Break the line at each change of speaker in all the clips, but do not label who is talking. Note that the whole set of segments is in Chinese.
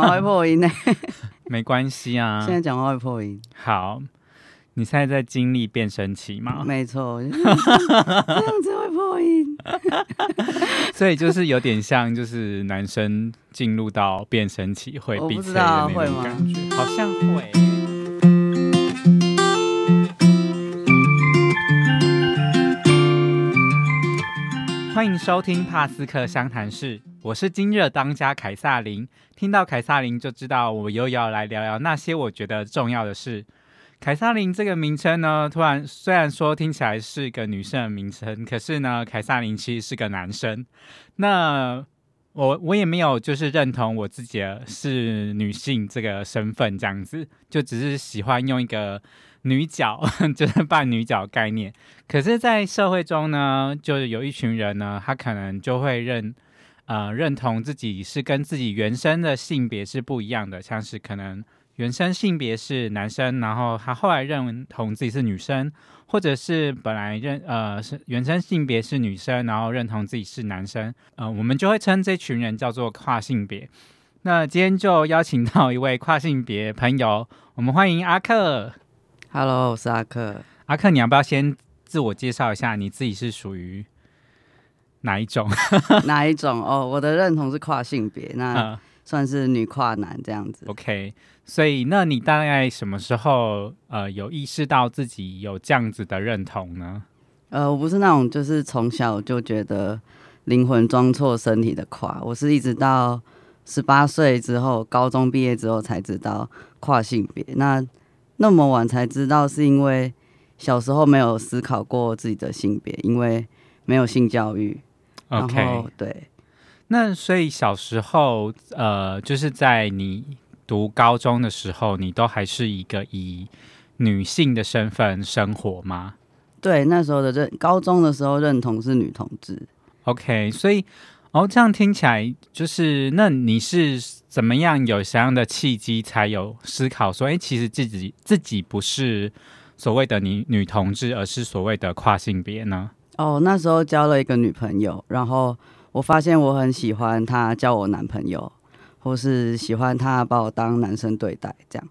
好会破音呢、
没关系啊
现。在讲话会破音，
好，你现在在经历变声期嘛，
没 错，就是这样子会破音。
所以就是有点像，就是男生进入到变声期会
我不
闭
知
嘴
道啊
的那
会吗
种感觉，好像会。欢迎收听帕斯克湘潭市，我是今日当家凯撒琳。听到凯撒琳就知道我又要来聊聊那些我觉得重要的事。凯撒琳这个名称呢，突然虽然说听起来是一个女生的名称，可是呢，凯撒琳其实是个男生。那我我也没有就是认同我自己的是女性这个身份这样子，就只是喜欢用一个女角， 就是扮女角概念。可是，在社会中呢，就是有一群人呢，他可能就会认呃认同自己是跟自己原生的性别是不一样的，像是可能原生性别是男生，然后他后来认同自己是女生，或者是本来认呃是原生性别是女生，然后认同自己是男生，呃，我们就会称这群人叫做跨性别。那今天就邀请到一位跨性别朋友，我们欢迎阿克。
Hello，我是阿克，
阿克，你要不要先自我介绍一下，你自己是属于哪一种？
哪一种？哦，我的认同是跨性别，那
嗯
算是女跨男这样子。
OK，所以那你大概什么时候呃有意识到自己有这样子的认同呢？
呃，我不是那种就是从小就觉得灵魂装错身体的跨，我是一直到十八岁之后，高中毕业之后才知道跨性别。那那么晚才知道，是因为小时候没有思考过自己的性别，因为没有性教育。然
OK，
后对，
那所以小时候，呃，就是在你读高中的时候，你都还是一个以女性的身份生活吗
对，那时候的认高中的时候认同是女同志，
？OK，所以哦，这样听起来就是，那你是怎么样有什么样的契机才有思考说，哎，其实自己自己不是所谓的女女同志，而是所谓的跨性别呢？
哦，那时候交了一个女朋友，然后我发现我很喜欢她叫我男朋友，或是喜欢她把我当男生对待这样。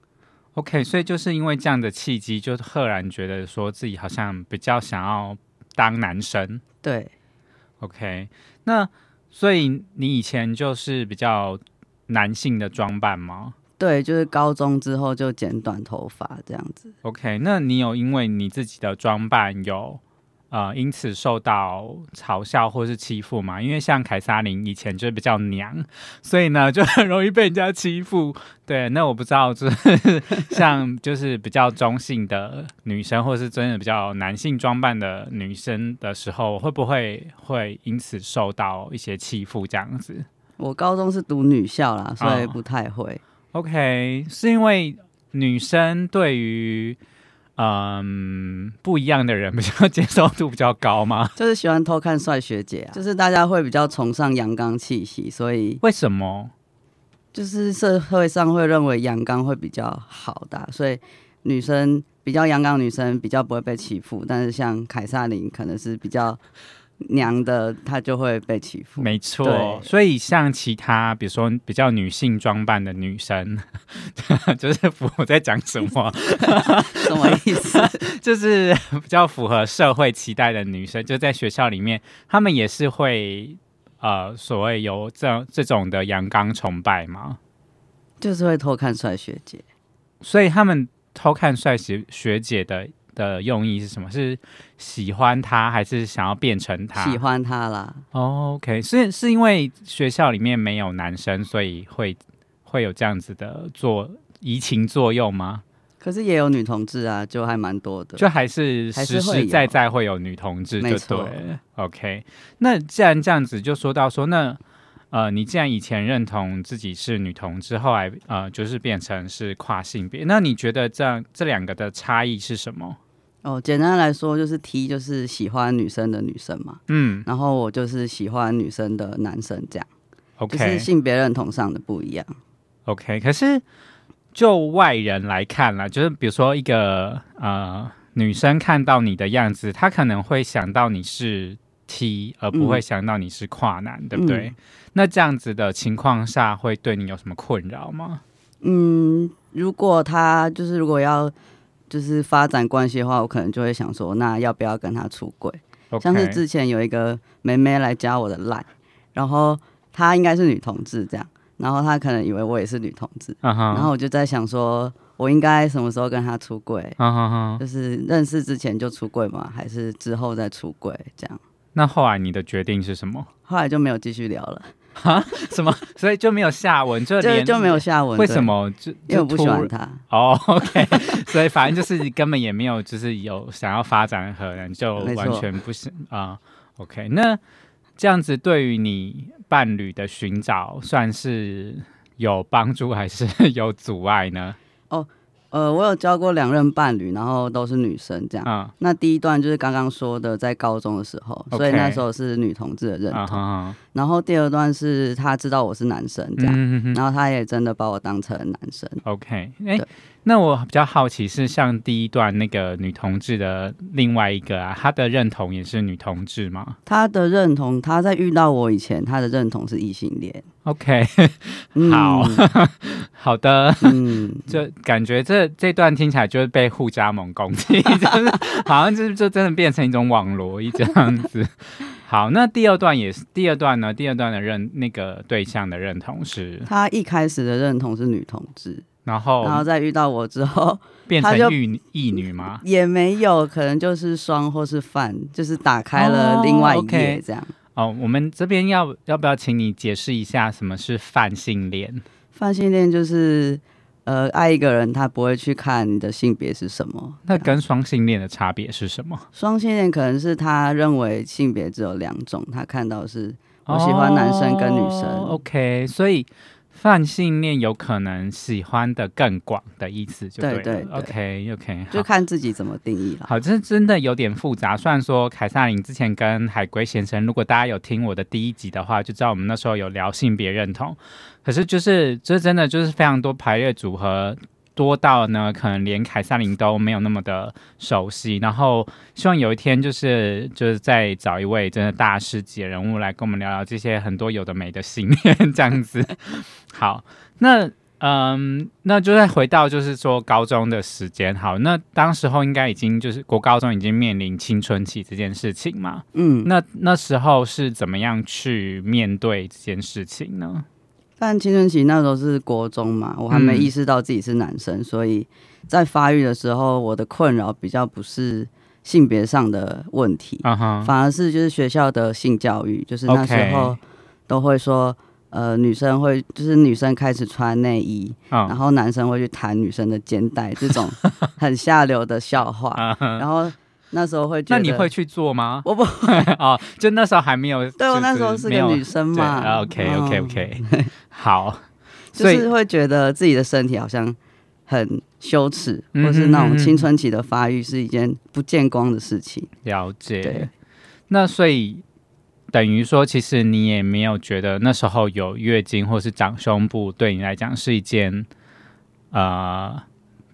OK，所以就是因为这样的契机，就赫然觉得说自己好像比较想要当男生。
对，
OK，那所以你以前就是比较男性的装扮吗
对，就是高中之后就剪短头发这样子。
？OK，那你有因为你自己的装扮有呃因此受到嘲笑或是欺负吗？因为像凯撒琳以前就是比较娘，所以呢就很容易被人家欺负。对，那我不知道，就是像就是比较中性的女生，或是真的比较男性装扮的女生的时候，会不会会因此受到一些欺负这样子？
我高中是读女校啦，所以
哦
不太会。
OK，是因为女生对于嗯不一样的人比较接受度比较高吗？
就是喜欢偷看帅学姐啊，就是大家会比较崇尚阳刚气息，所以
为什么？
就是社会上会认为阳刚会比较好的啊、所以女生比较阳刚，女生比较不会被欺负。但是像凯撒琳可能是比较娘的，她就会被欺 负。
没错，
对
所以像其他比如说比较女性装扮的女生， 就是符我在讲什么，
什么意思？
就是比较符合社会期待的女生，就在学校里面，她们也是会呃所谓有这这种的阳刚崇拜吗？
就是会偷看帅学姐。
所以他们偷看帅学学姐的的用意是什么？是喜欢他，还是想要变成 他？
喜欢她啦，
哦 OK，是是因为学校里面没有男生，所以会会有这样子的作移情作用吗？
可是也有女同志啊，就还蛮多的。
就还是
还是
实
会有
实在在会有女同志，
没
就对
错
了。OK，那既然这样子，就说到说那。呃，你既然以前认同自己是女同志，后来呃就是变成是跨性别，那你觉得这样这两个的差异是什么？
哦，简单来说就是 T 就是喜欢女生的女生嘛，
嗯
然后我就是喜欢女生的男生，这样就是
，OK
性别认同上的不一样。
OK，可是就外人来看啦，就是比如说一个呃女生看到你的样子，她可能会想到你是 T，而不会
嗯
想到你是跨男，对不对
嗯？
那这样子的情况下，会对你有什么困扰吗？
嗯，如果他就是如果要就是发展关系的话，我可能就会想说，那要不要跟他出轨？像是
OK
之前有一个妹妹来加我的 line，然后她应该是女同志这样，然后她可能以为我也是女同志，
嗯哼，
然后我就在想说，我应该什么时候跟她出轨？
嗯哼哼，
就是认识之前就出轨吗？还是之后再出轨？这样
那后来你的决定是什么？
后来就没有继续聊了，
什么？所以就没有下文，就
就
连
就没有下文。
为
对
什？么就
因为我不喜欢
他。
他。
哦、o k 所以反正就是你根本也没有就是有想要发展的可能，就
没错
完全不是啊、o k 那这样子对于你伴侣的寻找算是有帮助还是 有阻碍呢？
呃，我有交过两任伴侣，然后都是女生这样。
嗯，
那第一段就是刚刚说的，在高中的时候，所以
OK
那时候是女同志的认
啊
同。
哈，
然后第二段是他知道我是男生这样，
嗯哼哼
然后他也真的把我当成男生。
，OK，哎、
对
那我比较好奇是像第一段那个女同志的另外一个啊，她的认同也是女同志吗
他的认同，他在遇到我以前，他的认同是异性恋。
？OK，
嗯、
好好的，
嗯，
就感觉这这段听起来就是被互加盟攻 击，就是好像就是就真的变成一种网罗一这样子。 好，那第二段也是第二段呢？第二段的认那个对象的认同是，
他一开始的认同是女同志，
然
然后
后
在遇到我之后
变
啊他就
成异异女吗
也没有，可能就是双或是泛，就是打开
哦
了另外一
，OK
页这样。
哦，我们这边要要不要请你解释一下什么是泛性恋？
泛性恋就是呃，爱一个人，他不会去看你的性别是什么。
那跟双性恋的差别是什么？
双性恋可能是他认为性别只有两种，他看到是我喜欢男生跟女生
哦 OK，所以泛性恋有可能喜欢的更广的意思就
对
对
对对
了。OK OK，
就看自己怎么定义了。
好，这真的有点复杂。虽然说凯撒琳之前跟海龟先生，如果大家有听我的第一集的话，就知道我们那时候有聊性别认同。可是就是这真的就是非常多排列组合，多到呢可能连凯撒琳都没有那么的熟悉。然后希望有一天就是就是再找一位真的大师级的人物来跟我们聊聊这些很多有的没的信念 这样子。好，那嗯，那就再回到就是说高中的时间，好，那当时候应该已经就是国高中已经面临青春期这件事情嘛，
嗯，
那那时候是怎么样去面对这件事情呢？
但青春期那时候是国中嘛，我还没
嗯
意识到自己是男生，所以在发育的时候，我的困扰比较不是性别上的问题，
啊哈，
反而是就是学校的性教育，就是那时
OK
候都会说。呃，女生会就是女生开始穿内衣，然
嗯，
后男生会去弹女生的肩带，这种 很下流的笑话。然后那时候会觉
啊那
得，
你会去做吗？
我不
哦，就那时候还没有，
对我那时候
就是没
个
有
女生嘛。
对，OK OK
嗯
OK，好，
就
所以
是会觉得自己的身体好像很羞耻，
嗯哼
或是那种
嗯哼
青春期的发育是一件不见光的事情。
了解
对。
那所以等于说，其实你也没有觉得那时候有月经或是长胸部对你来讲是一件呃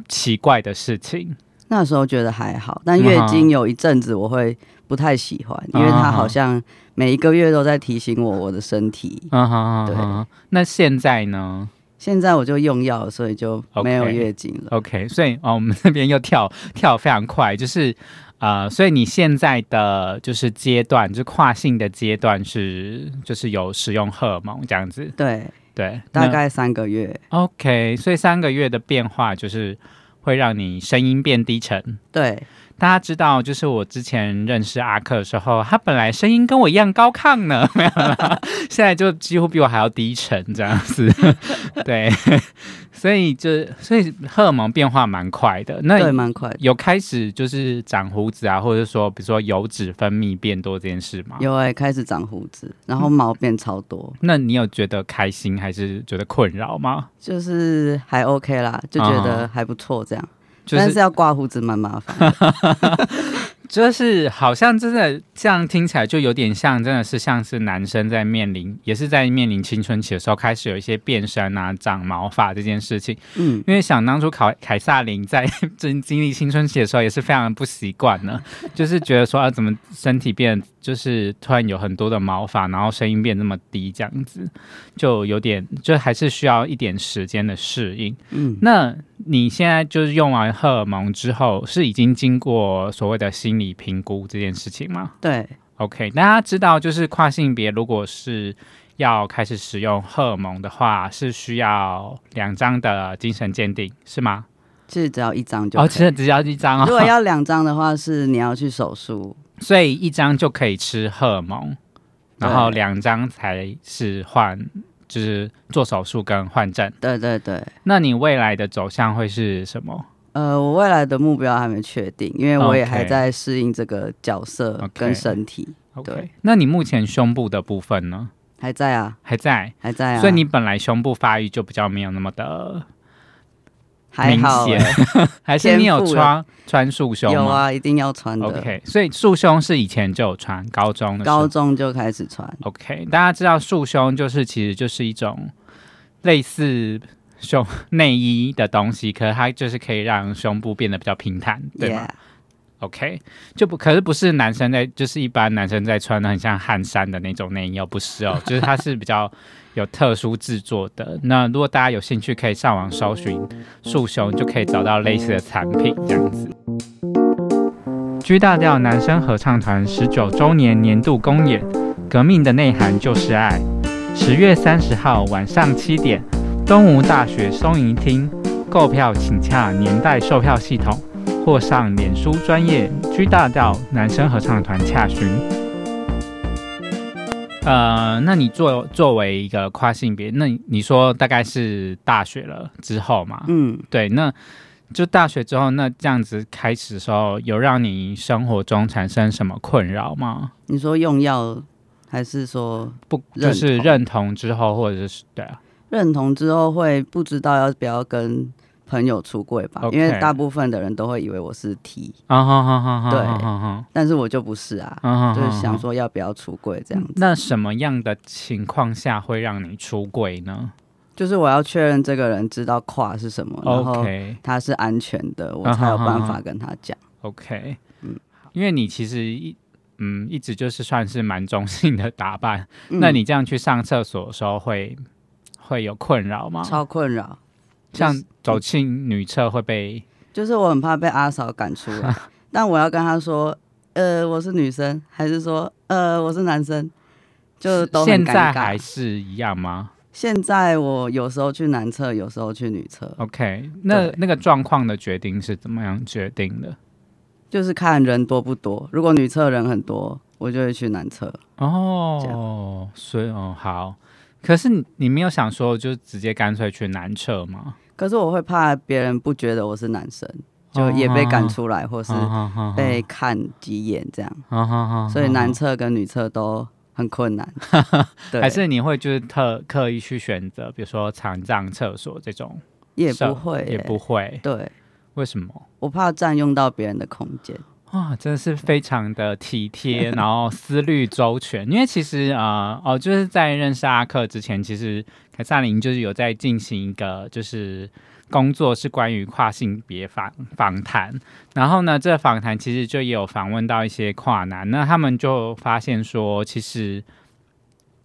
奇怪的事情。
那时候觉得还好，但
嗯
月
哈
经有一阵子我会不太喜欢，因为
啊哈
它好像每一个月都在提醒我我的身体。
嗯哼
对
嗯哼。那现在呢
现在我就用药，所以就没有
OK
月经了。
？OK，所以哦，我们这边又跳跳非常快，就是。呃，所以你现在的就是阶段，就是跨性的阶段是，就是有使用荷尔蒙这样子，
对，
对，
大
那
概三个月。
OK，所以三个月的变化就是会让你声音变低沉。
对，
大家知道，就是我之前认识阿克的时候，他本来声音跟我一样高亢呢， 没有啦，现在就几乎比我还要低沉这样子。 对，所以就所以荷尔蒙变化蛮快的。
对，
那
蛮快的。
有开始就是长胡子啊，或者说比如说油脂分泌变多这件事吗？。
有哎、开始长胡子，然
嗯
后毛变超多，
那你有觉得开心还是觉得困扰吗？
就是还 OK 啦，就觉
啊
得还不错这样。
就
但
是
是要刮胡子蛮麻烦。
就是好像真的这样听起来就有点像，真的是像是男生在面临，也是在面临青春期的时候开始有一些变身啊、长毛发这件事情。
嗯，
因为想当初凯凯撒琳在经经历青春期的时候也是非常不习惯呢， 就是觉得说啊，怎么身体变，就是突然有很多的毛发，然后声音变那么低，这样子就有点，就还是需要一点时间的适应。
嗯，
那你现在就是用完荷尔蒙之后，是已经经过所谓的心理评估这件事情吗
对，
？OK，大家知道，就是跨性别如果是要开始使用荷尔蒙的话，是需要两张的精神鉴定，是吗？
其实只要一张就
哦，
可
其
以。
实只要一张
如果
哦，
要两张的话，是你要去手术。
所以一张就可以吃荷尔蒙，然后
对
两张才是换，就是做手术跟换证。
对对对，
那你未来的走向会是什么？
呃，我未来的目标还没确定，因为我也
OK
还在适应这个角色
OK
跟身体
OK，
对
那你目前胸部的部分呢？
还在啊，
还在，
还在啊。
所以你本来胸部发育就比较没有那么的
还
明
好
显，
欸、
还是你有
天赋
穿穿束胸吗？
有啊，一定要穿的。
OK，所以束胸是以前就有穿，高中的时候
高中就开始穿，
OK，大家知道束胸就是其实就是一种类似胸内衣的东西，可是它就是可以让胸部变得比较平坦，对吗
yeah,
OK，就不可是不是男生在，就是一般男生在穿的很像汗衫的那种内衣哦，不是哦，就是它是比较有特殊制作的。那如果大家有兴趣，可以上网搜寻束胸，就可以找到类似的产品这样子。G 大调男声合唱团十九周年年度公演，《革命的内涵就是爱》，十月三十号晚上七点，东吴大学松营厅，购票请洽年代售票系统。或上脸书专业居大调男生合唱团洽询。呃，那你作作为一个跨性别，那你你说大概是大学了之后嘛？
嗯，
对，那就大学之后，那这样子开始的时候，有让你生活中产生什么困扰吗？
你说用药还是说
不，就是
认同
认同之后，或者是对啊，
认同之后会不知道要不要跟朋友出柜吧
OK
因为大部分的人都会以为我是 T，
啊哈哈哈哈，
对
啊哈哈
但是我就不是 啊，
啊哈哈，
就是想说要不要出柜这样子。
那什么样的情况下会让你出轨呢
就是我要确认这个人知道跨是什么，然后
？OK，
他是安全的，我
啊
才有
哈哈
办
哈
法跟他讲。
OK，因
嗯
为你其实一嗯一直就是算是蛮中性的打扮，
嗯
那你这样去上厕所的时候会会有困扰吗？
嗯超困扰，
像
就是
走进女厕会被
就是我很怕被阿嫂赶出 来，但我要跟他说，呃，我是女生，还是说，呃，我是男生，就都
现
很尴
在还
尬。
是一样吗
现在我有时候去男厕，有时候去女厕，
？OK，那
对
那个状况的决定是怎么样决定的？
就是看人多不多。如果女厕人很多，我就会去男厕。这
哦，所以哦好，可是你你没有想说就直接干脆去男厕吗？
可是我会怕别人不觉得我是男生，就也被
哦
赶出来，或是
是
被看几眼这样。所以
男
男厕跟女厕都很困难。对，
哦 还是你会就是特刻意去选择，比如说残障厕所这种，
也
上
不会、
也不。会，
对，
为什么？
我怕占用到别人的空间。
哇，啊真的是非常的体贴，然后思虑周全。因为其实啊、呃，哦，就是在认识阿克之前，其实凯撒琳就是有在进行一个就是工作，是关于跨性别访访谈。然后呢，这访谈其实就也有访问到一些跨男，那他们就发现说，其实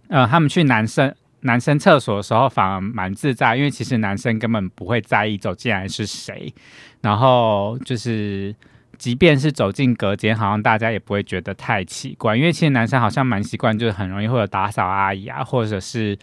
呃，他们去男生。男生厕所的时候反而蛮自在，因为其实男生根本不会在意走进来是谁，然后就是即便是走进隔间，好像大家也不会觉得太奇怪，因为其实男生好像蛮习惯，就是很容易会有打扫阿姨啊，或者是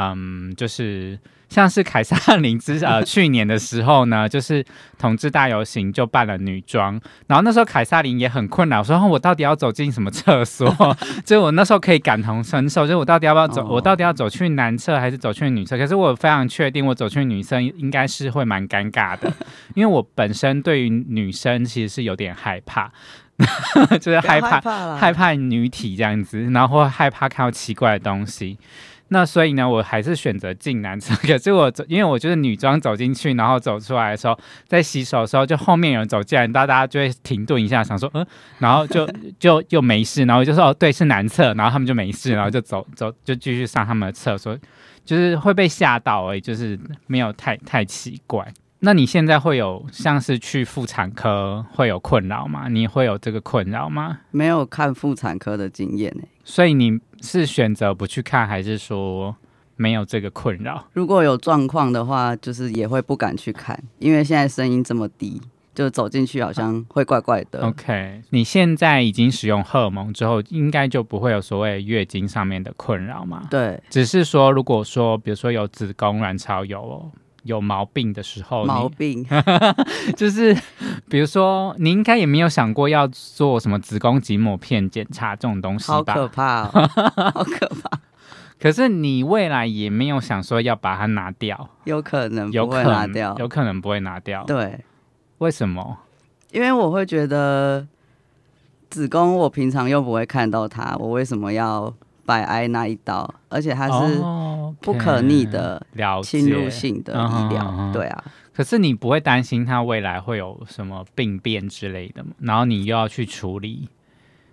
嗯，就是像是凯撒林之呃去年的时候呢，就是同志大游行就办了女装，然后那时候凯撒琳也很困扰，说、哦我到底要走进什么厕所？ 就我那时候可以感同身受，就是我到底要不要走，
哦
我到底要走去男厕还是走去女厕？可是我非常确定，我走去女生应该是会蛮尴尬的，因为我本身对于女生其实是有点害怕， 就是
不要
害怕
怕啦，
害怕女体这样子，然后或害怕看到奇怪的东西。那所以呢，我还是选择进男厕。 可是我走因为我就是女装走进去，然后走出来的时候，在洗手的时候，就后面有人走进来，大大家就会停顿一下，想说嗯，然后就 就又没事，然后我就说哦对，是男厕，然后他们就没事，然后就走走就继续上他们的厕所，就是会被吓到而已，就是没有太太奇怪。那你现在会有像是去妇产科会有困扰吗？你会有这个困扰吗？
没有看妇产科的经验、欸、
所以你是选择不去看，还是说没有这个困扰？
如果有状况的话，就是也会不敢去看，因为现在声音这么低，就走进
啊
去好像会怪怪的。
哦 OK，你现在已经使用荷尔蒙之后，应该就不会有所谓月经上面的困扰嘛？
对，
只是说，如果说比如说有子宫、卵巢有有毛病的时候，
毛病
你 就是比如说，你应该也没有想过要做什么子宫颈抹片检查这种东西
好
吧？
可怕、 哦，好可怕，
可是你未来也没有想说要把它拿掉，
有可能
有
不
可
会拿
能
掉。
有可能不会拿掉。
对，
为什么？
因为我会觉得子宫我平常又不会看到它，我为什么要摆挨那一刀？而且它是
哦，OK
不可逆的
了解
侵入性的医疗，
嗯哼嗯哼
对啊，
可是你不会担心它未来会有什么病变之类的吗？然后你又要去处 理，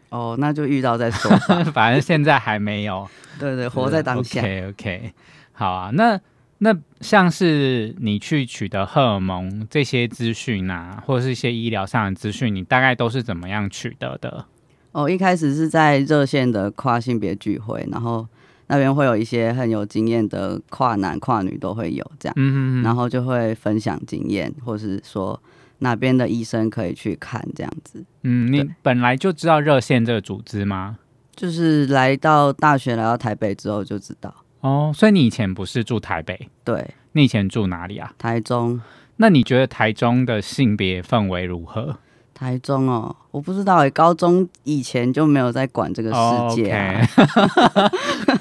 哦，那就遇到再 说吧。
反正现在还没有。
对对，活在当下。
OK OK，好啊。那那像是你去取得荷尔蒙这些资讯啊，或是一些医疗上的资讯，你大概都是怎么样取得的？
哦，一开始是在热线的跨性别聚会，然后那边会有一些很有经验的跨男跨女都会有这样，
嗯
然后就会分享经验，或是说哪边的医生可以去看这样子。
嗯，你本来就知道热线这个组织吗？
就是来到大学，来到台北之后就知道，
哦，所以你以前不是住台北，
对，
你以前住哪里啊？
台中，
那你觉得台中的性别氛围如何？
台中哦，我不知道诶，高中以前就没有在管这个世界、啊
o k 哦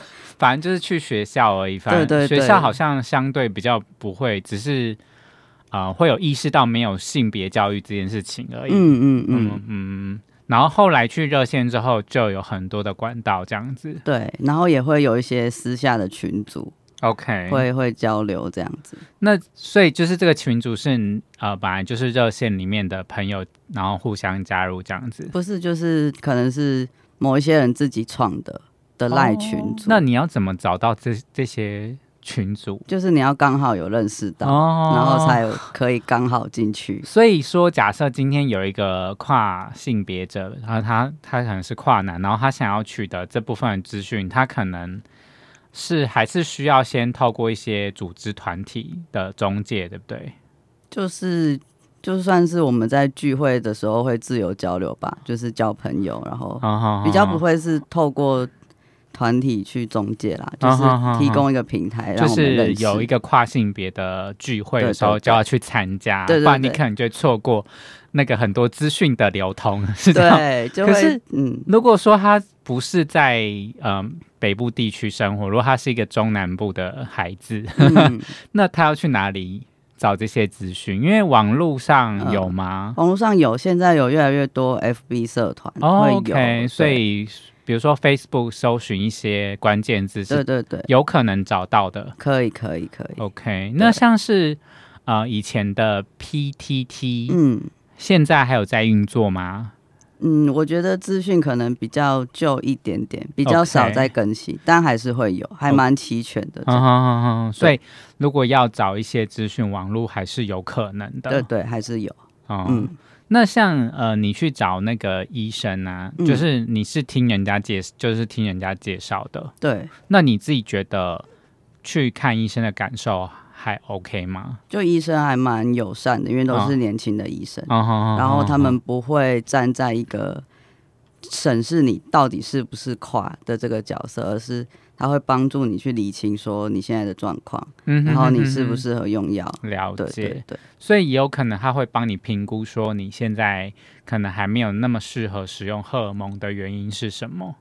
反正就是去学校而已，反正
对对对
学校好像相对比较不会，只是啊、呃会有意识到没有性别教育这件事情而已。
嗯嗯
嗯
嗯，
嗯然后后来去热线之后，就有很多的管道这样子。
对，然后也会有一些私下的群组，
OK，
会会交流这样子。
那所以就是这个群组是呃，本来就是热线里面的朋友，然后互相加入这样子。
不是，就是可能是某一些人自己创的的赖群组，
哦那你要怎么找到这这些群组？
就是你要刚好有认识到，
哦
然后才有可以刚好进去。
所以说，假设今天有一个跨性别者，然后他他可能是跨男，然后他想要取得这部分的资讯，他可能是还是需要先透过一些组织团体的中介，对不对？
就是就算是我们在聚会的时候会自由交流吧，就是交朋友，然后嗯
哦
比较不
会，
会是透过团体去中介啦，就
嗯哼
是提供一个平台
就
让我们
是
认识。
有一个跨性别的聚会的时候
对对对
就要去参加，
对对对
不然你可能就会错过那个很多资讯的流通，是这样吗
对，就
可是
会嗯，
如果说他不是在嗯、北部地区生活，如果他是一个中南部的孩子，
嗯
那他要去哪里找这些资讯？因为网络上有
嗯
吗？
网络上有，现在有越来越多 FB 社团会
哦
有，
，OK，
对
所以比如说 Facebook 搜寻一些关键字
对
是
对对，
有可能找到的。
可以可以可以，
OK，那像是呃以前的 PTT，、
嗯。
现在还有在运作吗？
嗯，我觉得资讯可能比较旧一点点，比较少
OK 哦
在更新但还是会有，还蛮齐全的这
嗯哼
样。
哼哼，所以如果要找一些资讯，网络还是有可能的。
对对，还是有。
哦，
嗯，
那像呃，你去找那个医生啊，
嗯
就是你是听人家介，就是听人家介绍的，
对，
那你自己觉得去看医生的感受还 OK 吗？
就医生还蛮友善的，因为都
哦
是年轻的医生，
哦
然后他们不会站在一个审视你到底是不是跨的这个角色，而是他会帮助你去理清说你现在的状况，
嗯哼，
然后你适不
嗯
适合用药。
哼了
对
解
对？对，
所以也有可能他会帮你评估说你现在可能还没有那么适合使用荷尔蒙的原因是什么？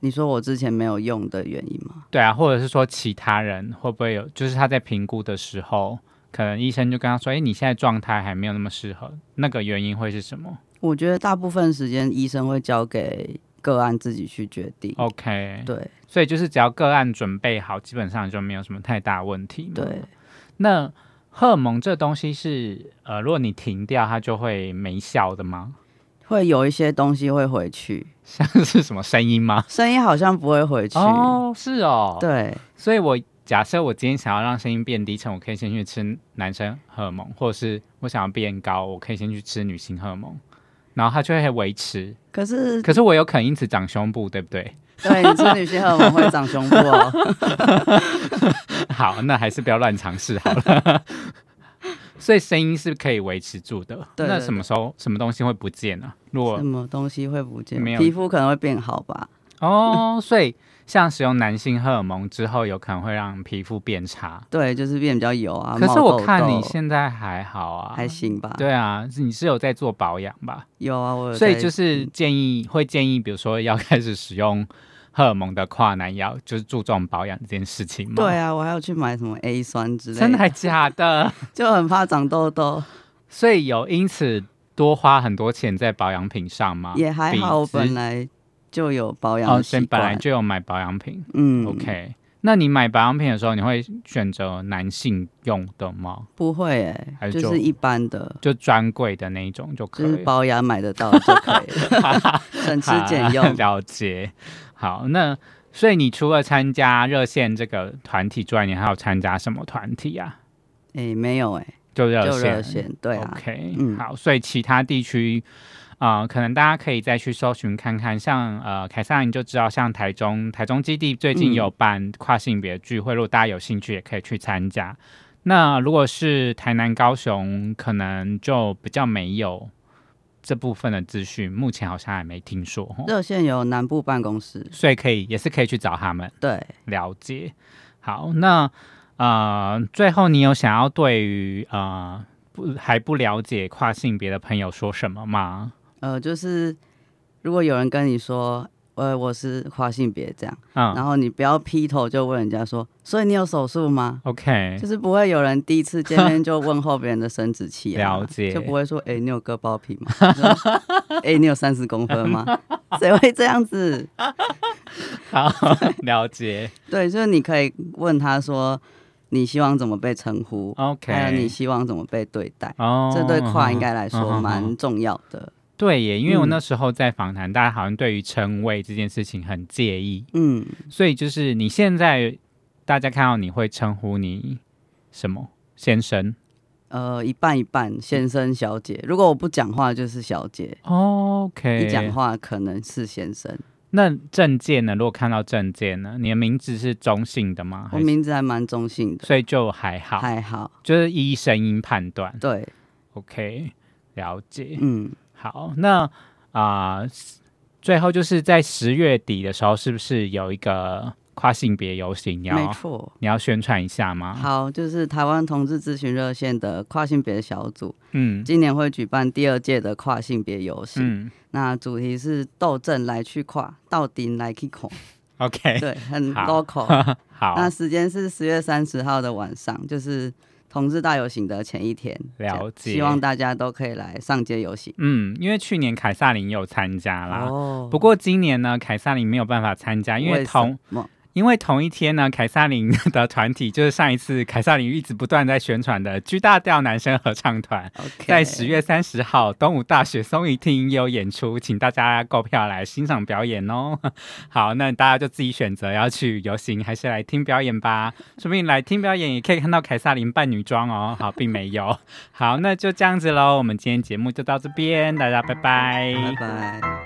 你说我之前没有用的原因吗？
对啊，或者是说其他人会不会有？就是他在评估的时候，可能医生就跟他说：“哎，你现在状态还没有那么适合，那个原因会是什么
我觉得大部分时间医生会交给个案自己去决
哦
定。
OK，
对
所以就是只要个案准备好，基本上就没有什么太大问题。
对，，
那荷尔蒙这东西是呃，如果你停掉，它就会没效的吗？
会有一些东西会回去，
像是什么声音吗？
声音好像不会回去。
哦，是哦，，
对，
所以我假设我今天想要让声音变低沉，我可以先去吃男生荷尔蒙，或者是我想要变高，我可以先去吃女性荷尔蒙，然后它就会维持。
可是
可是我有可能因此长胸部，对不对？
对你吃女性荷尔蒙会长胸部哦。
好，那还是不要乱尝试好了。 所以声音是可以维持住的。
对
那
对
什么时候什么东西会 不见呢、如果
什么东西会不见？
没有
皮肤可能会变好吧？
哦，所以像使用男性荷尔蒙之后，有可能会让皮肤变差。
对，就是变比较油啊。
可是
冒
我
痘
看你
痘
现在还好啊，
还行吧？
对啊，你是有在做保养吧？
有啊，我有
所以
在
就是建议会建议，比如说要开始使用荷尔蒙的跨男药，就是注重保养这件事情嘛。
对，啊，我还要去买什么 A 酸之类
真的还假的？
就很怕长痘痘，
所以有因此多花很多钱在保养品上吗？
也还
比
好，我
之
本来就有保养
啊哦，
的
所
习
以本
惯。
来就有买保养品。
嗯
OK，那你买保养品的时候，你会选择男性用的吗？
不会诶、
还是
就
就是
一般的，
就专柜的那一种就可
就是
以了。
保养买得到就可以 了，省吃俭用。
了解。好，那所以你除了参加热线这个团体之外，你还有参加什么团体啊？
诶、没有诶、
就热
就
线。
热线，对啊
OK，、
嗯
好，所以其他地区。啊、可能大家可以再去搜寻看看，像呃凯撒你就知道，像台中台中基地最近
嗯
有办跨性别聚会，如果大家有兴趣也可以去参加。那如果是台南高雄，可能就比较没有这部分的资讯，目前好像还没听说。吼
热线有南部办公室，
所以可以也是可以去找他们
对，
了解。好，那呃，最后你有想要对于呃不还不了解跨性别的朋友说什么吗？
呃，就是如果有人跟你说，呃，我是跨性别这样，
嗯
然后你不要劈头就问人家说，所以你有手术吗？
，OK，
就是不会有人第一次见面就问候别人的生殖器、啊，
了解
就不会说，哎、你有割包皮吗？哎、 诶你有三十公分吗？谁会这样子？
好， 了解
对，就是你可以问他说，你希望怎么被称呼
，OK。
还有你希望怎么被对待，
哦，
这对跨应该来
嗯
说
哼
蛮重要的。
对耶，因为我
嗯
那时候在访谈，大家好像对于称谓这件事情很介意，
嗯，
所以就是你现在大家看到你会称呼你什么先生
呃，一半一半，先生小姐。如果我不讲话就是小姐，
，OK，
一讲话可能是先生。
那证件呢？如果看到证件呢，你的名字是中性的吗？
我
还是
名字还蛮中性的，
所以就还好，
还好。
就是依声音判断。
对，
OK，了解。
嗯，
好，那啊、最后就是在十月底的时候，是不是有一个跨性别游行？你
没
要
错。
你要宣传一下吗？
好，就是台湾同志咨询热线的跨性别小组，
嗯
今年会举办第二届的跨性别游行。
嗯
那主题是斗阵来去跨，到顶来去 恐，
，OK，
对，很
好
local。
好，
那时间是十月三十号的晚上，就是同志大游行的前一天。这样
了解
希望大家都可以来上街游行。
嗯，因为去年凯撒琳有参加啦。
哦
不过今年呢，凯撒琳没有办法参加，因为同
什么
因为同一天呢，凯撒琳的团体就是上一次凯撒琳一直不断在宣传的 G 大调男生合唱团，
OK
在十月三十号东吴大学松雨厅也有演出，请大家购票来欣赏表演哦。 好，那大家就自己选择要去游行还是来听表演吧，说不定来听表演也可以看到凯撒琳扮女装哦。好，并没有。好，那就这样子喽，我们今天节目就到这边，大家拜拜
拜拜。